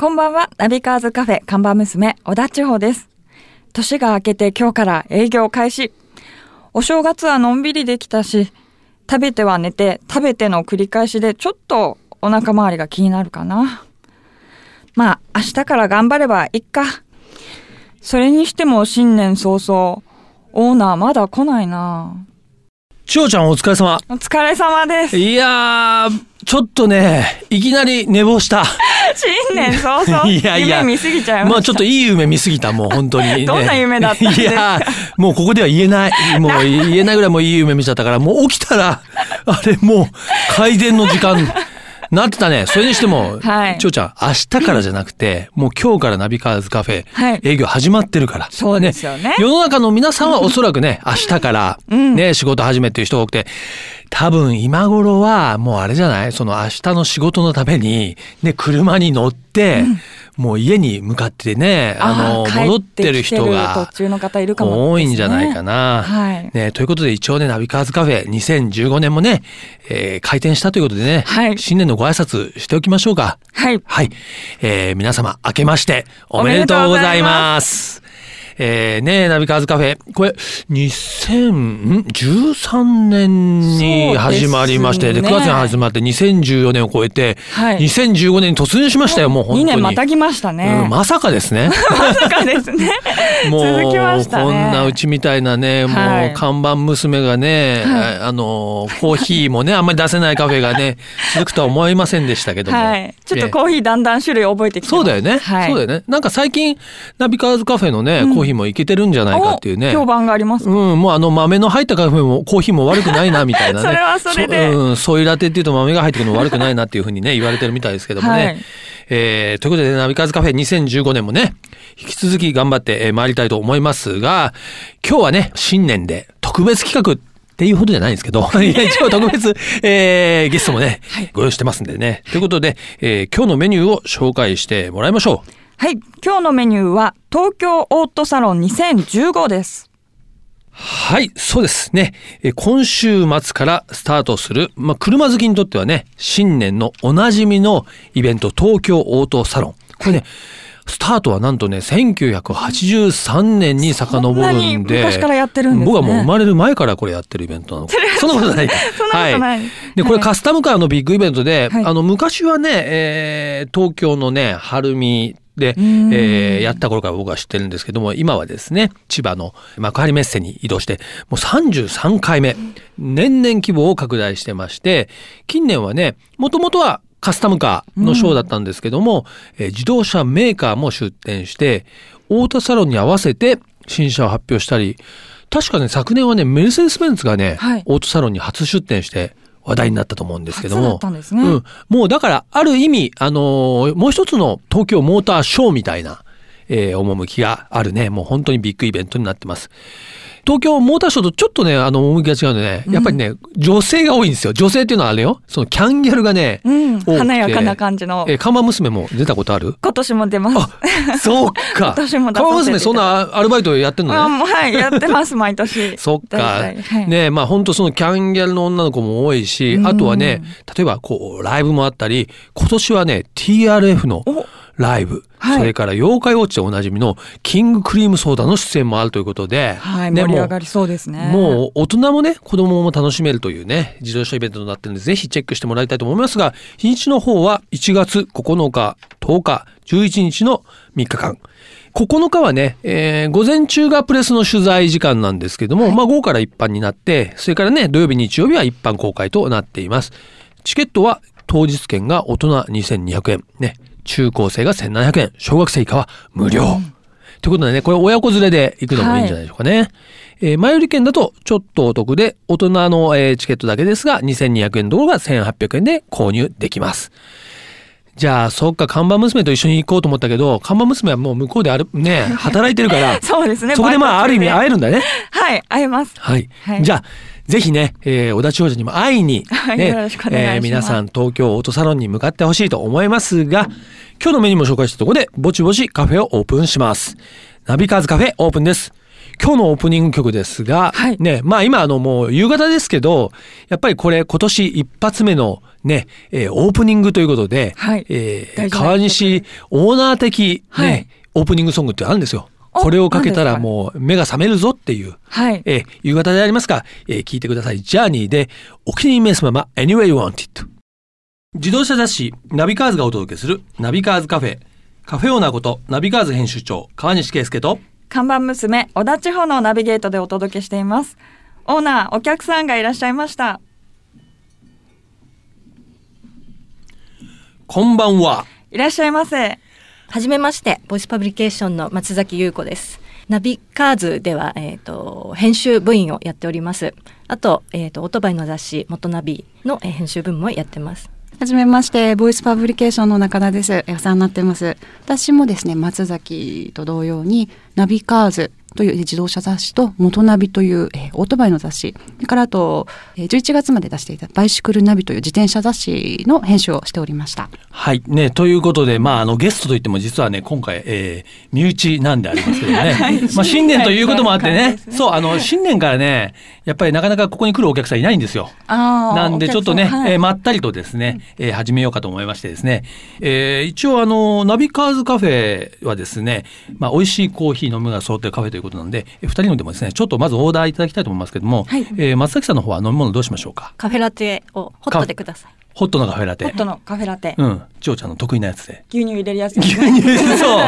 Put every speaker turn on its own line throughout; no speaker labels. こんばんは、ナビカーズカフェ看板娘、小田千穂です。年が明けて今日から営業開始。お正月はのんびりできたし、食べては寝て、食べての繰り返しでちょっとお腹周りが気になるかな。まあ、明日から頑張ればいっか。それにしても新年早々、オーナーまだ来ないな。
千代ちゃんお疲れ様。
お疲れ様です。
いやー、ちょっとね、いきなり寝坊した。
新年早々、
いやいや
夢見すぎちゃいました。
まあちょっといい夢見すぎた、もう本当 に、ね。
どんな夢だったんです
い
か
やー、もうここでは言えない。もう言えないぐらいもういい夢見ちゃったから、もう起きたら、 あれもう改善の時間。 なってたね。それにしても、
はい
千代ちゃん、明日からじゃなくて、もう今日からナビカーズカフェ、
はい
営業始まってるから。
そうですよね
世の中の皆さんはおそらくね、明日から、ね、仕事始めっていう人が多くて、多分今頃は、もうあれじゃないその明日の仕事のために、ね、車に乗って、もう家に向かってね、あの、
ー
戻って
帰っ
る人
てきてる
が
途、中の方いるかもですね
多いんじゃないかな。
はい
ね、ということで一応ね、ナビカーズカフェ2015年もね、えー開店したということでね、
はい
新年のご挨拶しておきましょうか。
はい。
はい。えー皆様、明けまして、おめでとうございます。えー、ねえ、ナビカーズカフェ。これ、2013年に始まりまして、
そうです
で、
ね
9月に始まって、2014年を超えて、
はい
2015年に突入しましたよ、もう本当
2
に。
年またぎましたね。
うん
ま
まさかですね。
さかですね。
もう、
続きましたね。
こんなうちみたいなね、もう
はい
看板娘がね、ああの、コーヒーもね、あんまり出せないカフェがね、続くとは思いませんでしたけども。
はい。ちょっ
え
と
え
コーヒーだんだん種類覚えてきてます
そうだよね。
はい。
そうだよね。なんか最近、ナビカーズカフェのね、コーヒーもいけてるんじゃないかっていう
お
ね。
評判があります
う。ん、もうあの豆の入ったカフェも、コーヒーも悪くないな、みたいな ね。
それはそれで
うん、ソイラテっていうと豆が入ってくるの悪くないなっていうふうにね、言われてるみたいですけどもね。
はい
えーということで、ナビカーズカフェ2015年もね、引き続き頑張ってえー参りたいと思いますが、今日はね、新年で特別企画っていうほどじゃないんですけど、いや 一応特別、えーゲストもね、ご用意してますんでね。ということで、えー今日のメニューを紹介してもらいましょう。
はい。今日のメニューは、東京オートサロン2015です。
はい、そうですね。えー今週末からスタートする、まあ、車好きにとってはね、新年のおなじみのイベント、東京オートサロン。これね、スタートはなんとね、1983年に遡
そ
る
ん
ん
なに
で。
昔からやってるんですね
僕はもう生まれる前からこれやってるイベントなの。そんなことないか。
そんなことない
はで、これカスタムカーのビッグイベントで、
はい
あの、昔はね、えー東京のね、晴海で、え
ん
ーやった頃から僕は知ってるんですけども、今はですね、千葉の幕張メッセに移動して、もう33回目、年々規模を拡大してまして、近年はね、もともとはカスタムカーのショーだったんですけども、えー自動車メーカーも出展して、太田サロンに合わせて新車を発表したり、確かね、昨年はね、メルセデス・ベンツがね、
はい
オートサロンに初出店して話題になったと思うんですけども。
初だったんですね
うん。もうだから、ある意味、あのーもう一つの東京モーターショーみたいな、えー、趣があるね、もう本当にビッグイベントになってます。東京モーターショーとちょっとね、あの、趣が違うのでね、やっぱりね、女性が多いんですよ。女性っていうのはあれよ、そのキャンギャルがね、
うん。
多くて
華やかな感じの
え。ー、看板娘も出たことある
今年も出ます。
あ、そうか。
私も出させていただいて
看板娘そんなアルバイトやってんのね。
あもうはい。やってます、毎年。
そっ
大。
か
体はい
ねえまあ本当そのキャンギャルの女の子も多いし
う、ん
あとはね、例えばこう、ライブもあったり、今年はね、TRF の
お
ライブ、
はい
それから妖怪ウォッチでおなじみのキングクリームソーダの出演もあるということで、
はい。
ね
盛り上がりそうですね。、
もう大人もね、子供も楽しめるというね、自動車イベントになってるんで、ぜひチェックしてもらいたいと思いますが、日にちの方は1月9日、10日、11日の3日間。9日はね、えー午前中がプレスの取材時間なんですけども、まあ午後から一般になって、それからね、土曜日、日曜日は一般公開となっています。チケットは当日券が大人2200円、ね、中高生が1700円、小学生以下は無料。ということでね、これ親子連れで行くのもいいんじゃないでしょうかね。えー前売り券だとちょっとお得で、大人の、えーチケットだけですが、2200円ところが1800円で購入できます。じゃあ、そっか、看板娘と一緒に行こうと思ったけど、看板娘はもう向こうである、ね、働いてるから
そうですね。
そこでまあ、ある意味
バイ
会えるんだね。
ト中ではい。会えます。
はい。
はい
じゃあ、ぜひね、えー小田千穂にも会いに、
はい
ね、
よろしくお願いします
えー皆さん東京オートサロンに向かってほしいと思いますが、今日のメニューも紹介したところで、ぼちぼちカフェをオープンします。ナビカーズカフェオープンです。今日のオープニング曲ですが、
はい
ね、まあ今あのもう夕方ですけど、やっぱりこれ今年一発目のね、えーオープニングということで、
はい
え
大
ー
事な曲
川西オーナー的、ね
はい
オープニングソングってあるんですよ。
お
これをかけたら
何ですか
もう目が覚めるぞっていう。
はい。
えー夕方でありますが、えー聞いてください。ジャーニーで、お気に入りメスママ、Anyway You Want It。自動車雑誌、ナビカーズがお届けする、ナビカーズカフェ。カフェオーナーこと、ナビカーズ編集長、川西圭介と、
看板娘、小田地方のナビゲートでお届けしています。オーナー、お客さんがいらっしゃいました。
こんばんは。
いらっしゃいませ。
はじめまして、ボイスパブリケーションの松崎優子です。ナビカーズでは、えっ、と、編集部員をやっております。あと、えっ、と、オートバイの雑誌、元ナビの、えー編集部員もやってます。
はじめまして、ボイスパブリケーションの中田です。お世話になってます。私もですね、松崎と同様に、ナビカーズというえー自動車雑誌と、元ナビという、えーオートバイの雑誌、それからあと、えー11月まで出していたバイシクルナビという自転車雑誌の編集をしておりました。
はい。ね、ということで、まあ、あの、ゲストといっても、実はね、今回、えー、身内なんでありますけ どね。まあ、新年ということもあってね、そう、あの、新年からね、やっぱりなかなかここに来るお客さんいないんですよ。
あ
なんでちょっとね、えーまったりとですね、えー始めようかと思いましてですね、えー一応あの、ナビカーズカフェはですね、まあ、美味しいコーヒー飲むが揃ってるカフェということなんで、えー二人のでもですね、ちょっとまずオーダーいただきたいと思いますけども、
はい
えー松崎さんの方は飲み物どうしましょうか
カフェラテをホットでください。
ホットのカフェラテ。
ホットのカフェラテ。
うん、千代ちゃんの得意なやつで。
牛乳入れるやつです
牛乳、 そう、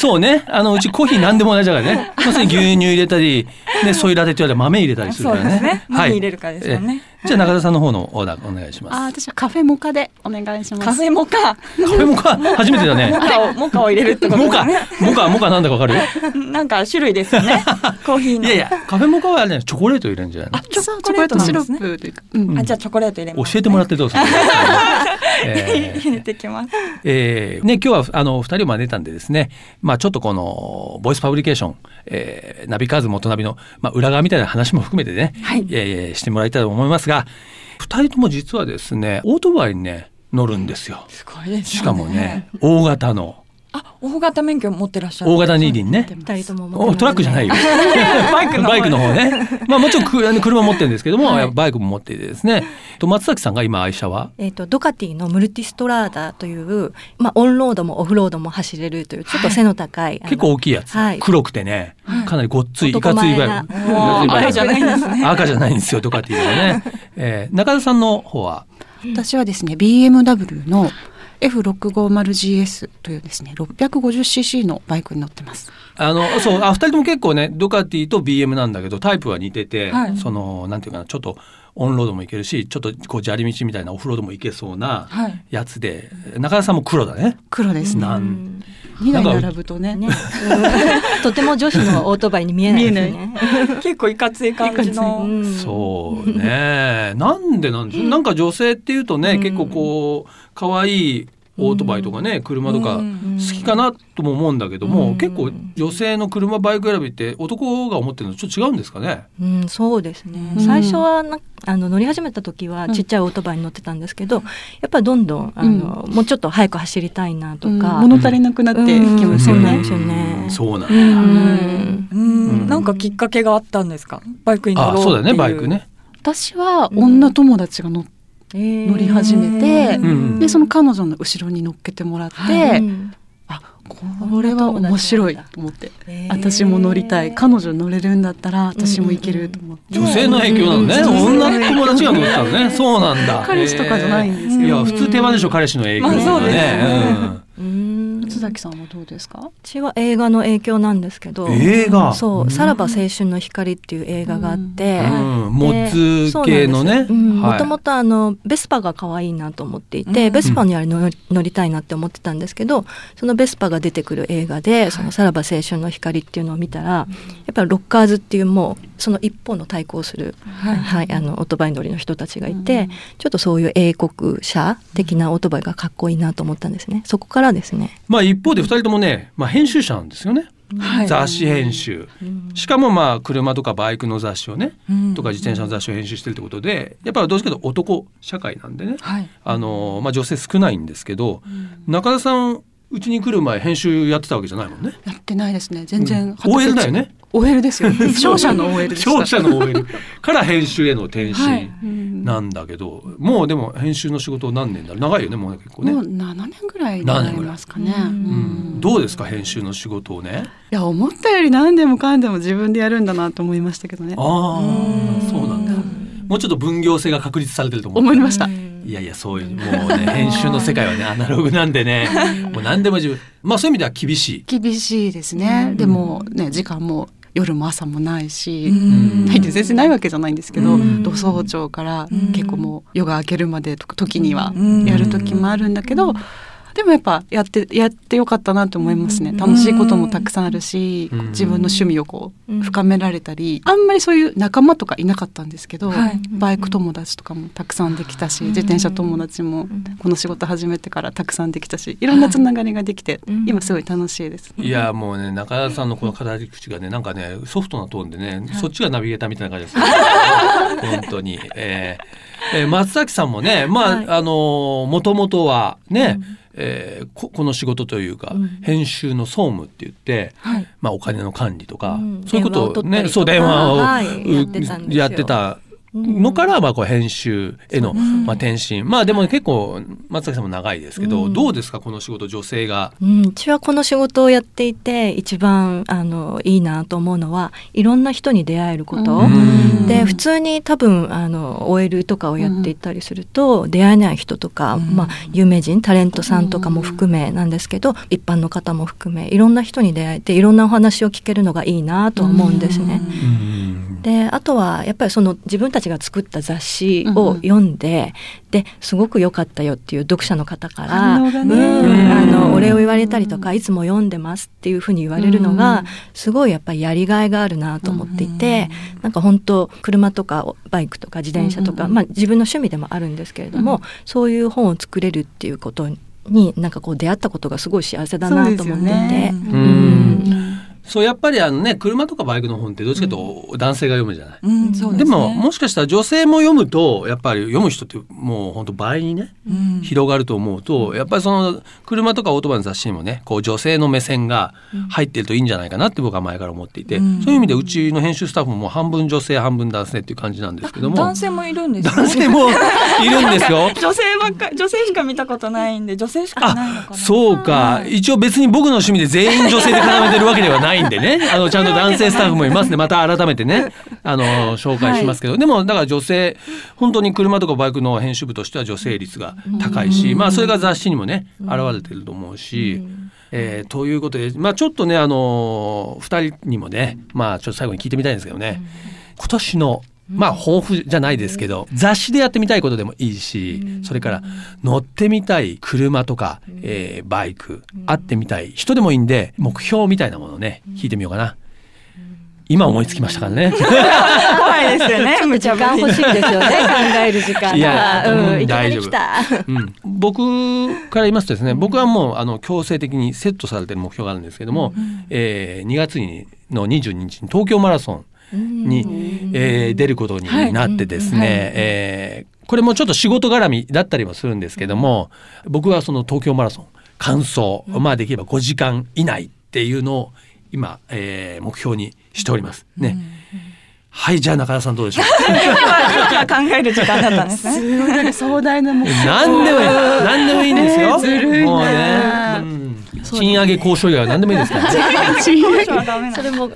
そうね。あの、うちコーヒー何でも同じだからね。要するに牛乳入れたり、ね、ソイラテって言われたら豆入れたりするから
そ
ね。
うですね何入れるかですよね
えーじゃあ中田さんの方のオーダーお願いします。
あー私はカフェモカでお願いします。
カフェモカ。
カフェモカ、初めてだね
モ。カを、モカを入れるってこと
モ
で
カ
すね。、
モカ、モカなんだかわかる
なんか種類ですよ ね。コーヒー
い
の。
やいや、カフェモカはね、チョコレート入れるんじゃない
チョ
チ
チ
ョ
ョ
コ
コ
レ
レ
ー
ー
ト
ト
なん
シ
で
ロ
すね
ップというか、うん
あ、じゃあチョコレート入れ
の
ます。
教えてもらってどうするえー
入れてきます。
えーね、今日はあの2人を招いたんでですね、まあ、ちょっとこのボイスパブリケーション、えーナビカーズ元ナビの、まあ、裏側みたいな話も含めてね、
はい
えーしてもらいたいと思いますが2人とも実はですねオートバイにね乗るんですよ。
すごいですね。
しかもね。大型の
あ、大型免許持ってらっしゃる。
大型二輪ね。
二人とも持ってます
おトラックじゃないよ。 バイクのバイクの方ね。まあもちろんくあの車持ってるんですけども、バイクも持っていてですね。と松崎さんが今愛車は
えっ、と、ドカティのムルティストラーダという、まあ、オンロードもオフロードも走れるという、ちょっと背の高い。あの
結構大きいやつ、
はい
黒くてね、かなりごっつい、い
男
かつい
前
バイ
な
ク。
おー
いかついバイク
赤じゃないんですね。
赤じゃないんですよ、とかっていうのはね。 えー中田さんの方は、
私はですね BMW の F650GS というですね 650cc のバイクに乗ってます。
あの、そう、あ、二人とも結構ね、ドカティと BM なんだけど、タイプは似てて、
はい
その、なんていうかな、ちょっとオンロードもいけるし、ちょっとこう、砂利道みたいなオフロードもいけそうな
はい
やつで、中田さんも黒だね。
黒ですね。
なん、
2
なんか
台並ぶとね。
ね、 とても女子のオートバイに見えないですね。
結構いかつい感じの。
うん
そうね。なんでなんでしょう。なんか女性っていうとね、
うん
結構こう、可愛いオートバイとかね、車とか
うん
好きかなとも思うんだけども、
うん
結構女性の車バイク選びって男が思ってるのとちょっと違うんですかね。
うん、そうですね、
うん
最初はなあの乗り始めた時は
うん
ちっちゃいオートバイに乗ってたんですけど、やっぱりどんどんあの、もうちょっと早く走りたいなとか、
物足りなくなってきま
うん
す
そ
よ
うな
ね
ん。ですよね
うんそうなん
う
だ
ん
うん、なんかきっかけがあったんですか。バイクに乗ろう
あ、
っていう。
そうだよね、バイク。ね。
私は女友達が乗っ
えー
乗り始めて
うん
て、その彼女の後ろに乗っけてもらって、
うん
あこれは面白いと思って、
えー
私も乗りたい彼女乗れるんだったら私も行けると思って、
女性の影響なのね。
うん
女の友達が乗ってたのね。そうなんだ。
彼氏とかじゃないんです
よ。いや、普通手間でしょ、彼氏の影響
まあそうです
ね
ね。
うん
うん
松崎さんはどうですか
私は映画の影響なんですけど
映画
そう「さらば青春の光」っていう映画があって、
うん、モ
で
ッツ系のね。
も
はい
ともとあのベスパが可愛いなと思っていて、
うん
ベスパにあれ乗り乗りたいなって思ってたんですけどそのベスパが出てくる映画で「そのさらば青春の光」っていうのを見たら、やっぱりロッカーズっていうもうその一方の対抗する、
は
はいいあのオートバイ乗りの人たちがいて、ちょっとそういう英国車的なオートバイがかっこいいなと思ったんですねそこからですね。
まあ一方で二人ともね、まあ編集者なんですよね。
はい
雑誌編集。しかもまあ車とかバイクの雑誌をね、
うん
とか自転車の雑誌を編集してるってことで、やっぱりどうしても男社会なんでね。
はい。
あの、まあ女性少ないんですけど、中田さん、うちに来る前編集やってたわけじゃないもんね。
やってないですね全然、
うん OL だよね
OL ですよ、ね、商社の OL でした
商社の OL から編集への転身、
はい
うん
なんだけどもうでも編集の仕事何年だ長いよねもうね結構ね、
もう
う
7年ぐらいになりますかね。
7年ぐらいうん
ん、どうですか編集の仕事をね
いや思ったより何でもかんでも自分でやるんだなと思いましたけどね。
ああそうなんだもうちょっと分業制が確立されてると思う
思いました。
いやいやそういうもうね編集の世界はねアナログなんでねもう何でも自分まあそういう意味では厳しい
厳しいですね。でもね時間も夜も朝もないし、
ん
ないって全然ないわけじゃないんですけ
う
ど、
ん
土早朝から
うん
結構もう夜が明けるまでとか時には
うん
やる時もあるんだけど、でもやっぱやってやってよかったなと思いますね。
うん
楽しいこともたくさんあるし、
うん
自分の趣味をこ
う
うん深められたり、あんまりそういう仲間とかいなかったんですけど、
はい
バイク友達とかもたくさんできたし、
うん
自転車友達も
ん
この仕事始めてからたくさんできたし、いろんなつながりができて、
うん
今すごい楽しいです。
いやもうね中田さんのこの語り口がねなんかねソフトなトーンでね、そっちがナビゲーターみたいな感じです、 本当に、えーえー松崎さんもねまあ、
はい
あのーもともとはね、
うん
えーここの仕事というか、
うん
編集の総務って言って、
はい
まあ、お金の管理とか、
うん
そういうことをね
電話を取ったりとか
そう電話を、
はいうやってたんですよ
やってたのからまあこう編集への、まあ、転身まあでも結構松崎さんも長いですけど、
うん
どうですかこの仕事女性が。
うん、うちはこの仕事をやっていて一番あのいいなと思うのはいろんな人に出会えること、
うん
で普通に多分あの OL とかをやっていったりすると、出会えない人とか、まあ、有名人タレントさんとかも含めなんですけど、一般の方も含めいろんな人に出会えていろんなお話を聞けるのがいいなとは思うんですね。
うん
であとはやっぱりその自分たちが作った雑誌を読んで、ですごく良かったよっていう読者の方から
反応がね
うんあ
うん
のお礼を言われたりとかいつも読んでますっていうふうに言われるのが、
うん
すごいやっぱりやりがいがあるなと思っていて、なんか本当車とかバイクとか自転車とか、
うん
まあ、自分の趣味でもあるんですけれども、
うん
そういう本を作れるっていうことになんかこう出会ったことがすごい幸せだなと思っていて。
う
うんん
そうやっぱりあのね車とかバイクの本ってどっちかというと男性が読むじゃない。
うん、そう
で
ですね。
ももしかしたら女性も読むとやっぱり読む人ってもう本当倍にね
うん、
広がると思うとやっぱりその車とかオートバイの雑誌にもねこう女性の目線が入ってるといいんじゃないかなって僕は前から思っていて、
うん
そういう意味でうちの編集スタッフももう半分女性半分男性っていう感じなんですけども
男性もいるんです、ね。
男性もいるんですよ。
女性ばっかり女性しか見たことないんで女性しかいないのか
あ
な。
そうか一応別に僕の趣味で全員女性で固めてるわけではないんでねあのちゃんと男性スタッフもいますねまた改めてねあの紹介しますけど、でもだから女性本当に車とかバイクの編集部としては女性率が高いし、まあそれが雑誌にもね現れてると思うし。えーということで、まあ、ちょっとね、あの2人にもね、まあ、ちょっと最後に聞いてみたいんですけどね、今年の、まあ、抱負じゃないですけど、雑誌でやってみたいことでもいいし、それから乗ってみたい車とか、えーバイク、会ってみたい人でもいいんで、目標みたいなものをね、聞いてみようかな。今思いつきましたからね。
怖いですよね。無
時
茶ぶ
間
り。
欲しいですよね考える時間
いや
う
うん
ん、いきな
大丈
り
夫
来た
うん、僕から言いますとですね僕はもうあの強制的にセットされてる目標があるんですけども、えー2月にの22日に東京マラソンに、えー出ることになってですね、えーこれもちょっと仕事絡みだったりもするんですけども僕はその東京マラソン完走、まあできれば5時間以内っていうのを今、えー目標にしております。ね、はいじゃあ中田さんどうでしょう
今考える時間だったんですね。
すごいなんか壮大な目 標
何でもいい何でもいいんですよ、
ねえずるいな
もうね、うん賃上げ交渉以外は何でもいいですから、ね、
当初はダメな
そ
の
れも、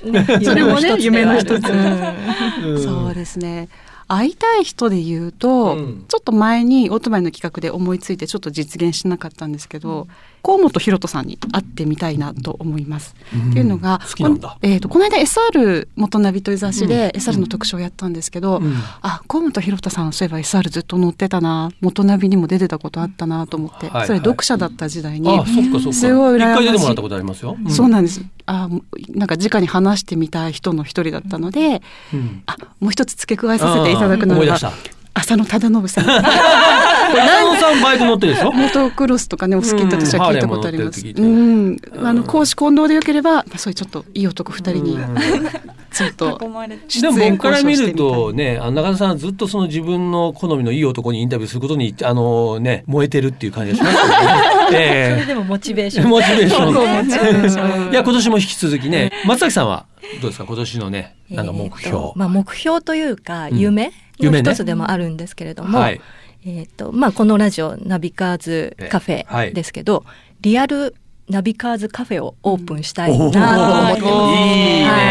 それもね夢の一つ
うん
そうですね会いたい人で言うと、
うん
ちょっと前にオートバイの企画で思いついてちょっと実現しなかったんですけど河本ひろとさんに会ってみたいなと思います。
うん
っていうのが、
好きなんだ
このえー、とこの間 SR 元ナビという雑誌で SR の特集をやったんですけど、
うん
あ河本ひろとさんそういえば SR ずっと乗ってたな元ナビにも出てたことあったなと思って、
はいはい
それ読者だった時代に
あそっかそっか
すごい
一
羨まし
回
い
出てもらったことありますよ、ん
そうなんです。あ、もうなんか直に話してみたい人の一人だったので、
うん
あ、もう一つ付け加えさせていただくの
あー思い出
が
した
浅野忠信さ ん。
これ中野さんバイク乗って るでしょ
モトクロスとかね、お好きって私は聞いたことあります。
う
うんん、あの講師混同でよければ、まあそういうちょっといい男二人に ちょっと
囲まれて。
出
でも
演
僕か
交渉
ら見
して
る
みた
と
い。
ねあの中野さんはずっとその自分の好みのいい男にインタビューすることにあのね燃えてるっていう感じがしますよ ねええ
でもモチベーション
モチベーション
そうそうモチベーション
いや今年も引き続きね松崎さんはどうですか今年のねなんか目標、
えーとまあ、目標というか
うん
夢の
夢ね
一つでもあるんですけれども、
はい
えーとまあ、このラジオナビカーズカフ
えはい
ェですけど、リアルナビカーズカフェをオープンしたい
おー
なと思ってます。
いい
はい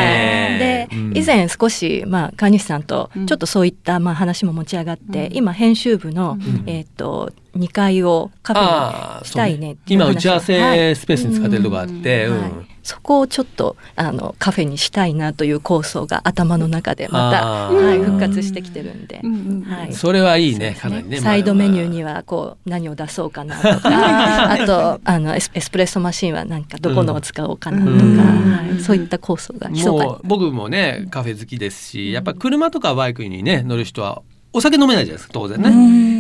ね
で、
うん
以前少し、まあ、川西さんと
うん
ちょっとそういった、まあ、話も持ち上がって、
うん
今編集部の、
うん
えー、と2階をカフェ
あ
に
ー
したいね
そう
っていう
今
話を
打ち合わ
はい
せスペースに使ってるとこあって、うん
はいそこをちょっとあのカフェにしたいなという構想が頭の中でま
あ
た、
ー
はい、復活してきてるんで、はい
それはいいねか
そうです
なりね
サイドメニューに
は
はこう何を出そうかな とかあとあのエスエスプレッソマシンはなんかどこのを使おうかなとか、
うん
はいそういった構想が密かに
もう僕もねカフェ好きですしやっぱ車とかバイクにね乗る人はお酒飲めないじゃないですか当然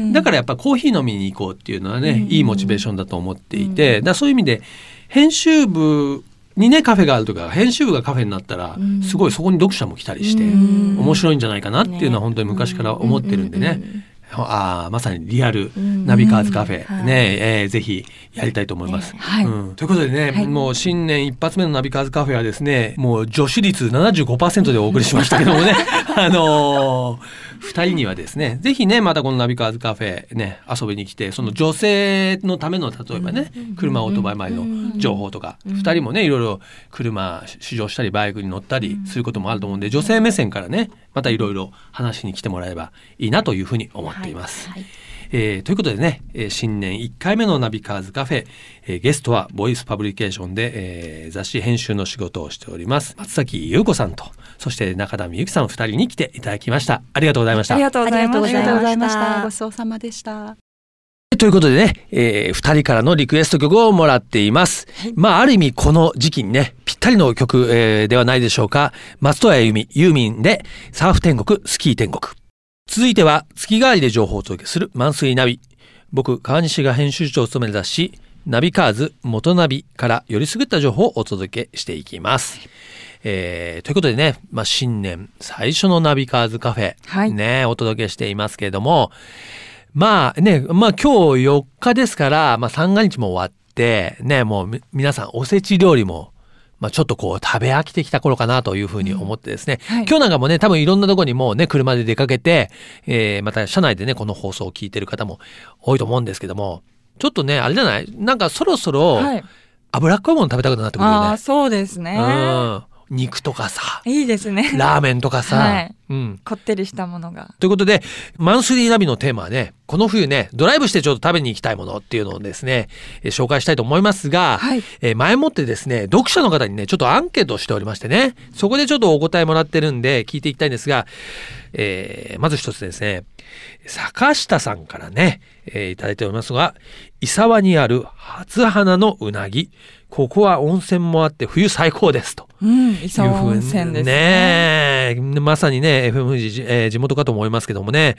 ね、だからやっぱコーヒー飲みに行こうっていうのはね、いいモチベーションだと思っていて、だからそういう意味で編集部にねカフェがあるとか編集部がカフェになったら
ん
すごいそこに読者も来たりして
うん
面白いんじゃないかなっていうのは
ね
本当に昔から思ってるんでね。
うんうんうん
ああまさにリアル
うん
ナビカーズカフェ、
はい
ねえーぜひやりたいと思います。
はい
うんということでね、
はい
もう新年一発目のナビカーズカフェはですねもう助手率75%でお送りしましたけども ねあのー、2人にはですねぜひねまたこのナビカーズカフェね遊びに来てその女性のための例えばね、車オートバイ前の情報とか、二2人もねいろいろ車試乗したりバイクに乗ったりすることもあると思うんで女性目線からねまたいろいろ話しに来てもらえればいいなというふうに思っています。えーということでね、えー新年1回目のナビカーズカフェ、えーゲストはボイスパブリケーションで、えー雑誌編集の仕事をしております松崎優子さんとそして中田美由紀さん2人に来ていただきましたありがとうございました
ありがとうございま
あ
し
り
た
がとうございまし
ありがとうございました
た。ごちそうさまでした。
ということでね、え2人からのリクエスト曲をもらっています、まあある意味この時期にねぴったりの曲、えーではないでしょうか松任谷由実ユーミンでサーフ天国スキー天国続いては月替わりで情報をお届けするマンスリーナビ僕川西が編集長を務める雑誌ナビカーズ元ナビからよりすぐった情報をお届けしていきます、えーということでね、まあ、新年最初のナビカーズカフェ、
はい
ねお届けしていますけれどもまあね、まあ今日4日ですから、まあ三が日も終わって、ね、もうみ皆さんおせち料理も、まあちょっとこう食べ飽きてきた頃かなというふうに思ってですね、
はい
今日なんかもね、多分いろんなとこにもうね、車で出かけて、えーまた車内でね、この放送を聞いてる方も多いと思うんですけども、ちょっとね、あれじゃないなんかそろそろ
はい、
脂っこいもの食べたくなってくるよ
あ
ね
あ、。そうですね。
うん。肉とかさ、
いいですね。
ラーメンとかさ、
はい
うん。
こってりしたものが。
ということで、マンスリーナビのテーマはね、この冬ね、ドライブしてちょっと食べに行きたいものっていうのをですね、えー紹介したいと思いますが、
はい
えー前もってですね、読者の方にね、ちょっとアンケートをしておりましてね、そこでちょっとお答えもらってるんで、聞いていきたいんですが、えーまず一つですね、坂下さんからね、えーいただいておりますが、伊沢にある初花のうなぎ、ここは温泉もあって冬最高ですと。
うん、伊沢温
いうふう
泉
に
ですね。
ねえまさにね、FM 富士、えー地元かと思いますけどもね、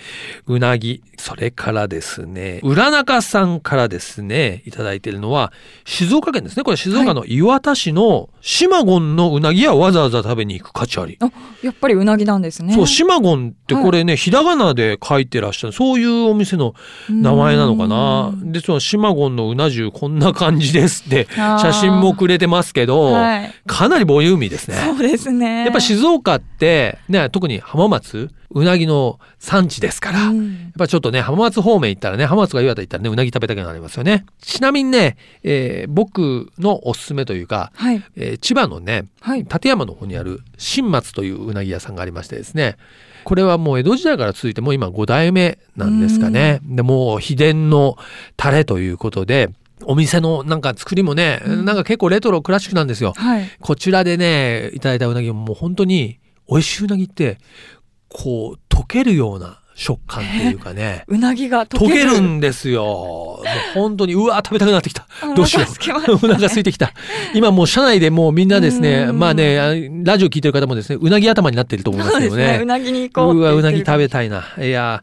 うなぎ、それからですね、浦中さんからですね、いただいているのは、静岡県ですね。これ静岡の磐田市の島ンのうなぎはわざわざ食べに行く価値あり。
あ、やっぱりうなぎなんですね。
そう、島ンってこれね、ひらがなで書いてらっしゃる、そういうお店の名前なのかな
う。ん
で、その島ンのうな重こんな感じですって、
あー
写真もくれてますけど、
はい。
かなりボリューミーですね。
そうですね。
やっぱ静岡って、ね、特に浜松、うなぎの産地ですから、
う
やっ
ん
ぱちょっとね、浜松方面行ったらね、浜松が岩手行ったらね、うなぎ食べたくなりますよね。ちなみにね、えー僕のおすすめというか、
はい。
えー千葉のね、
はい。
立山の方にある新松といううなぎ屋さんがありましてですね、これはもう江戸時代から続いてもう今5代目なんですかね。で、もう秘伝のタレということで、お店のなんか作りもね、なんか結構レトロクラシックなんですよ。
はい。
こちらでね、いただいたうなぎももう本当に美味しいうなぎって、こう、溶けるような食感っていうかね。
うなぎが溶
溶
け
け
る。
るんですよ。もう本当に、うわ、食べたくなってきた
あ。
どうしよ
お腹空きました
う。お腹空いてきた。今もう車内でもうみんなですね、
うん
まあね、あラジオ聞いてる方もですね、うなぎ頭になってると思います
そう
け
で
ど
すね。
ね
う。なぎに行こうっ
う
て
わ、
言
う
って
な
る
ぎ食べたいな。いや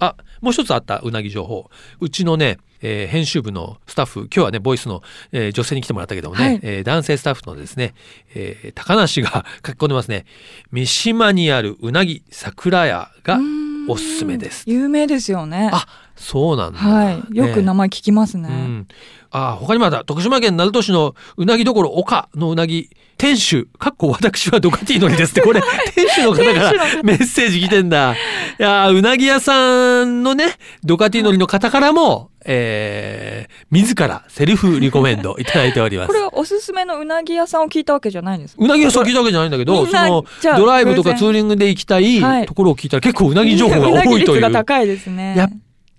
ー、あ、もう一つあったうなぎ情報。うちのね、えー編集部のスタッフ、今日はね、ボイスの、えー女性に来てもらったけどもね、
はい
えー男性スタッフのですね、えー高梨が 書き込んでますね。三島にあるうなぎ桜屋がおすすめです。
有名ですよね。
あ、そうなんだ。
はい。よく名
ね
前聞きますね。
うん、ああ他にまだ徳島県鳴門市のうなぎどころ岡のうなぎ店主かっこ私はドカティーノにで すってこれ店主の方か
店主の
らメッセージ来てんだいやーうなぎ屋さんのねドカティーノリの方からも、えー、自らセルフリコメンドい ただいております
これはおすすめのうなぎ屋さんを聞いたわけじゃないんですか
うなぎ屋さん聞いたわけじゃないんだけど、
みん
そ
な
の
じゃあ
ドライブと
偶
か
然
ツーリングで行きた
はいい
ところを聞いたら結構うなぎ情報が多いという。
うなぎ率が
やっぱ
高いですね。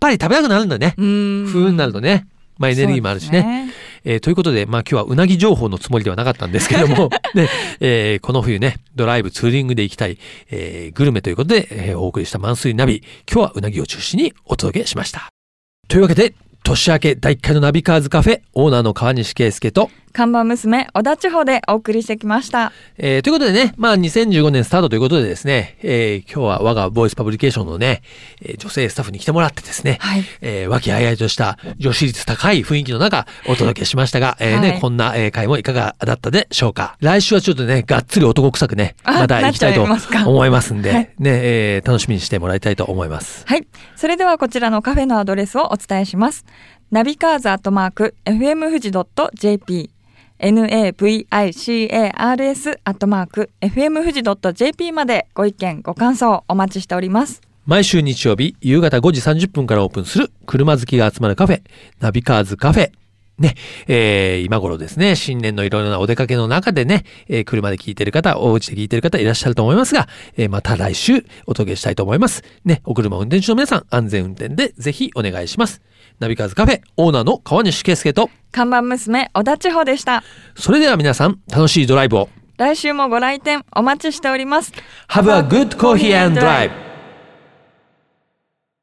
り食べたくなるんだね。
うん
冬になるとね。まあエネルギーもあるし
そうです
ね。えーということで、まあ今日はうなぎ情報のつもりではなかったんですけども、ねえーこの冬ね、ドライブ、ツーリングで行きたい、えーグルメということで、えーお送りしたマンスリーナビ、今日はうなぎを中心にお届けしました。というわけで、年明け第1回のナビカーズカフェ、オーナーの川西圭介と、
看板娘、小田地方でお送りしてきました。
えーということでね、まあ、2015年スタートということでですね、えー今日は我がボイスパブリケーションのね、えー女性スタッフに来てもらってですね、
はい
えー和気あいあいとした女子率高い雰囲気の中、お届けしましたが、えーね、
はい
こんな、えー会もいかがだったでしょうか。来週はちょっとね、がっつり男臭くね、
あ
また行きたいと
なっちゃいますか
思いますんで、
はい
ね、えー楽しみにしてもらいたいと思います。
はい。それではこちらのカフェのアドレスをお伝えします。ナビカーズアットマーク、fm 富士 .jp、navicars アットマーク、fm 富士 .jp までご意見、ご感想お待ちしております。
毎週日曜日夕方5時30分からオープンする車好きが集まるカフェ、ナビカーズカフェ。ね、えー、今頃ですね、新年のいろいろなお出かけの中でね、えー車で聞いてる方、お家で聞いてる方いらっしゃると思いますが、えーまた来週お届けしたいと思います。ね、お車運転手の皆さん、安全運転でぜひお願いします。ナビカーズカフェ、オーナーの川西圭介と、
看板娘、小田地方でした。
それでは皆さん、楽しいドライブを。
来週もご来店お待ちしております。
Have a good coffee and drive!